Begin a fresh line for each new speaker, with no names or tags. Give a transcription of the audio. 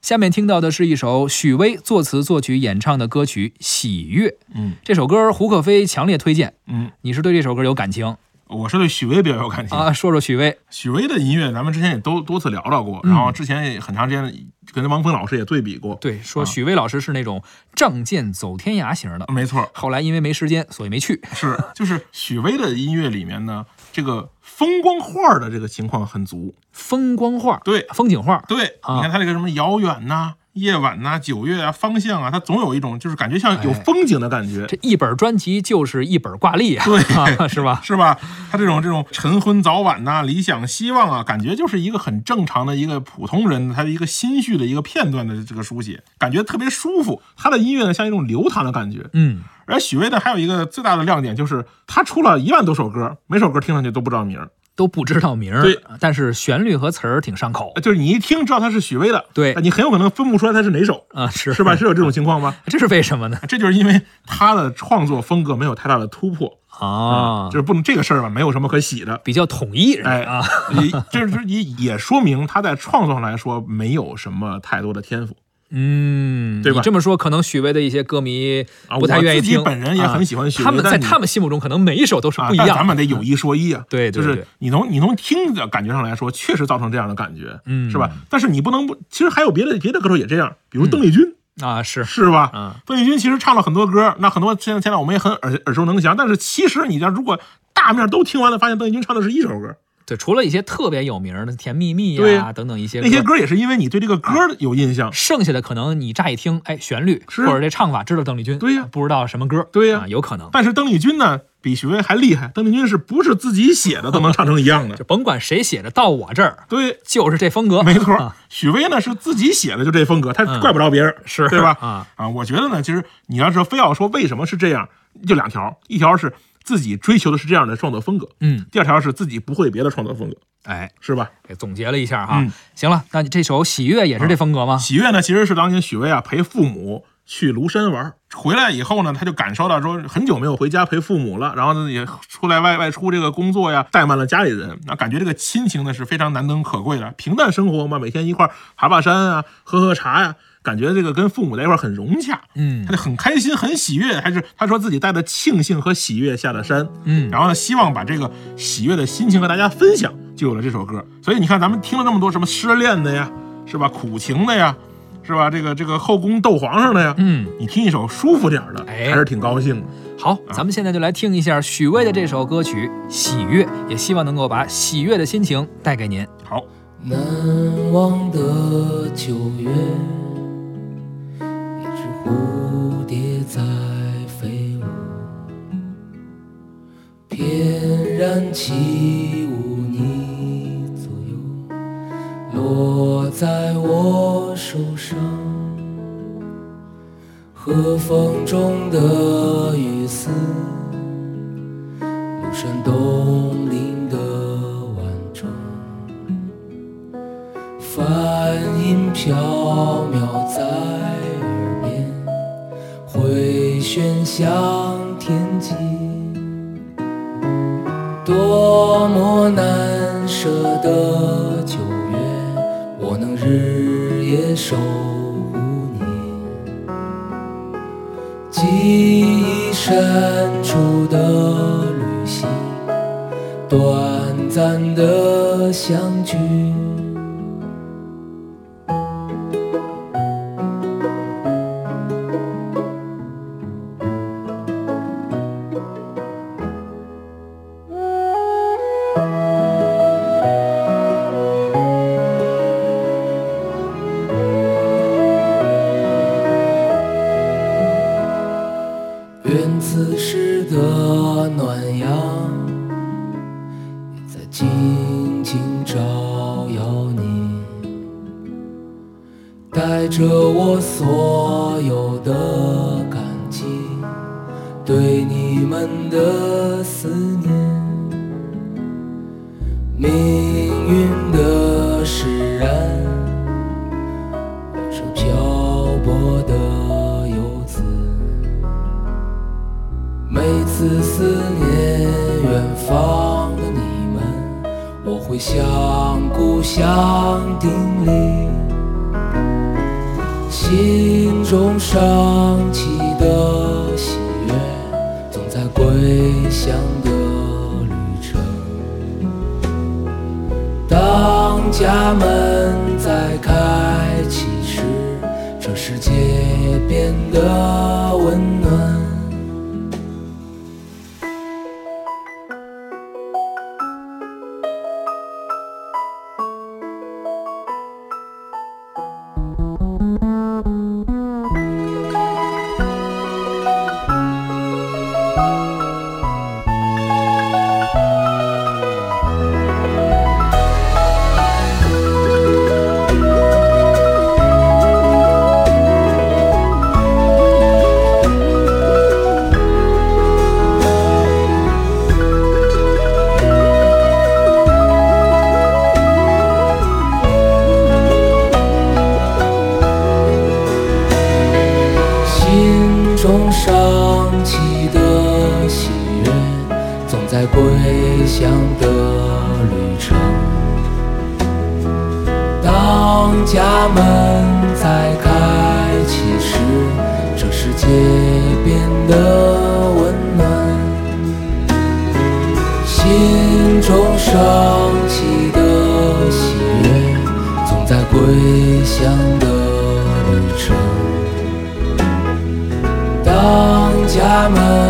下面听到的是一首许巍作词作曲演唱的歌曲《喜悦》。
嗯
这首歌胡可飞强烈推荐，
嗯，
你是对这首歌有感情
我是对许巍比较有感情。
啊？说说许巍，
许巍的音乐，咱们之前也都多次聊到过，
嗯
然后之前也很长时间跟王峰老师也对比过。，
对，说
啊
许巍老师是那种仗剑走天涯型的，
没错，
后来因为没时间，所以没去。
是就是许巍的音乐里面呢，这个风光画儿的这个情况很足。
风光画，
对
风景画，
对，
啊
你看他这个什么遥远呐、夜晚呐、九月啊、方向啊，他总有一种就是感觉像有
哎
风景的感觉。
这一本专辑就是一本挂历啊，
对
啊 是吧？
是吧？他这种这种晨昏早晚呐、理想希望啊，感觉就是一个很正常的一个普通人他的一个心绪的一个片段的这个书写，感觉特别舒服。他的音乐呢，像一种流淌的感觉。
嗯，
而许巍呢，还有一个最大的亮点就是他出了一万多首歌，每首歌听上去都不知道名儿，
都不知道名儿，
对，
但是旋律和词儿挺上口
呃就是你一听知道他是许巍的，呃
对
但你很有可能分不出来他是哪 首，
啊，是
是吧？？是有这种情况吗？啊
这是为什么呢？
这就是因为他的创作风格没有太大的突破
啊
就，是不能这个事儿吧，没有什么可喜的。
比较统一人
哎
啊，，
也这是也也说明他在创作上来说没有什么太多的天赋
嗯，
对吧
你这么说，可能许巍的一些歌迷
啊。
不太愿意
我自己
听。
本人也很喜欢许
啊
巍，
他们
但
在
你
他们心目中，可能每一首都是
啊
不一
但咱
样的。
们得有一说一啊。
对对
就
对
是你从你从听的感觉上来说，确实造成这样的感觉，
嗯
是吧？但是你不能不，其实还有别的别的歌手也这样，比如邓丽君，
啊，是
是吧？
嗯
邓丽君其实唱了很多歌，那很多现在现在我们也很耳耳熟能详，但是其实你要如果大面都听完了，发现邓丽君唱的是一首歌，
对，除了一些特别有名儿的《甜蜜蜜》
对
呀
呀
等等一些
那些歌也是因为你对这个歌有印象，
剩下的可能你乍一听，哎，旋律
是
或者这唱法，知道邓丽君，
对呀
不知道什么歌，
对呀
啊有可能。
但是邓丽君呢，比许巍还厉害。邓丽君是不是自己写的都能唱成一 样的
就？甭管谁写的，到我这儿
对，
就是这风格，
没错
啊
儿。许巍呢是自己写的，就这风格，他
嗯
怪不着别人，
是
对吧？
啊
我觉得呢，其实你要是非要说为什么是这样，就两条，一条是自己追求的是这样的创作风格，
嗯，
第二条是自己不会别的创作风格，
哎，
是吧？
给总结了一下哈
嗯。
行了，那你这首《喜悦》也是这风格吗？
喜悦呢，其实是当年许巍啊陪父母去庐山玩儿，回来以后呢，他就感受到说很久没有回家陪父母了，然后呢也出来外外出这个工作呀，怠慢了家里人，那感觉这个亲情呢是非常难能可贵的。平淡生活嘛，每天一块儿爬爬山啊，喝喝茶呀、感觉这个跟父母在一块儿很融洽，
嗯
他就很开心，很喜悦，还是他说自己带着庆幸和喜悦下的山，
嗯
然后呢，希望把这个喜悦的心情和大家分享，就有了这首歌。所以你看，咱们听了这么多什么失恋的呀，是吧？苦情的呀，是吧？这个这个后宫斗皇上的呀，
嗯，
你听一首舒服点儿的，
哎
还是挺高兴的。
好，咱们现在就来听一下许巍的这首歌曲《喜悦》，也希望能够把喜悦的心情带给您。
好，
难忘的九月，一只蝴蝶在飞舞，翩然起舞你左右，落在我手上。和风中的雨丝，庐山东林的晚钟。梵音飘渺在耳边，回旋向天际。多么难舍的九月，我能日夜守护你。记忆深处的旅行，短暂的相聚。愿此时的暖阳，也在静静照耀你，带着我所有的感激，对你们的思念。命运的使然，是漂泊的游子。每次思念远方的你们，我会向故乡叮咛。心中升起的喜悦，总在归乡的旅程。当家门再开启时，这世界变得温暖。心中升起的喜悦，总在归乡的旅程。当家门再开启时，这世界变得温暖。心中升起的喜悦，总在归乡的旅程。当家门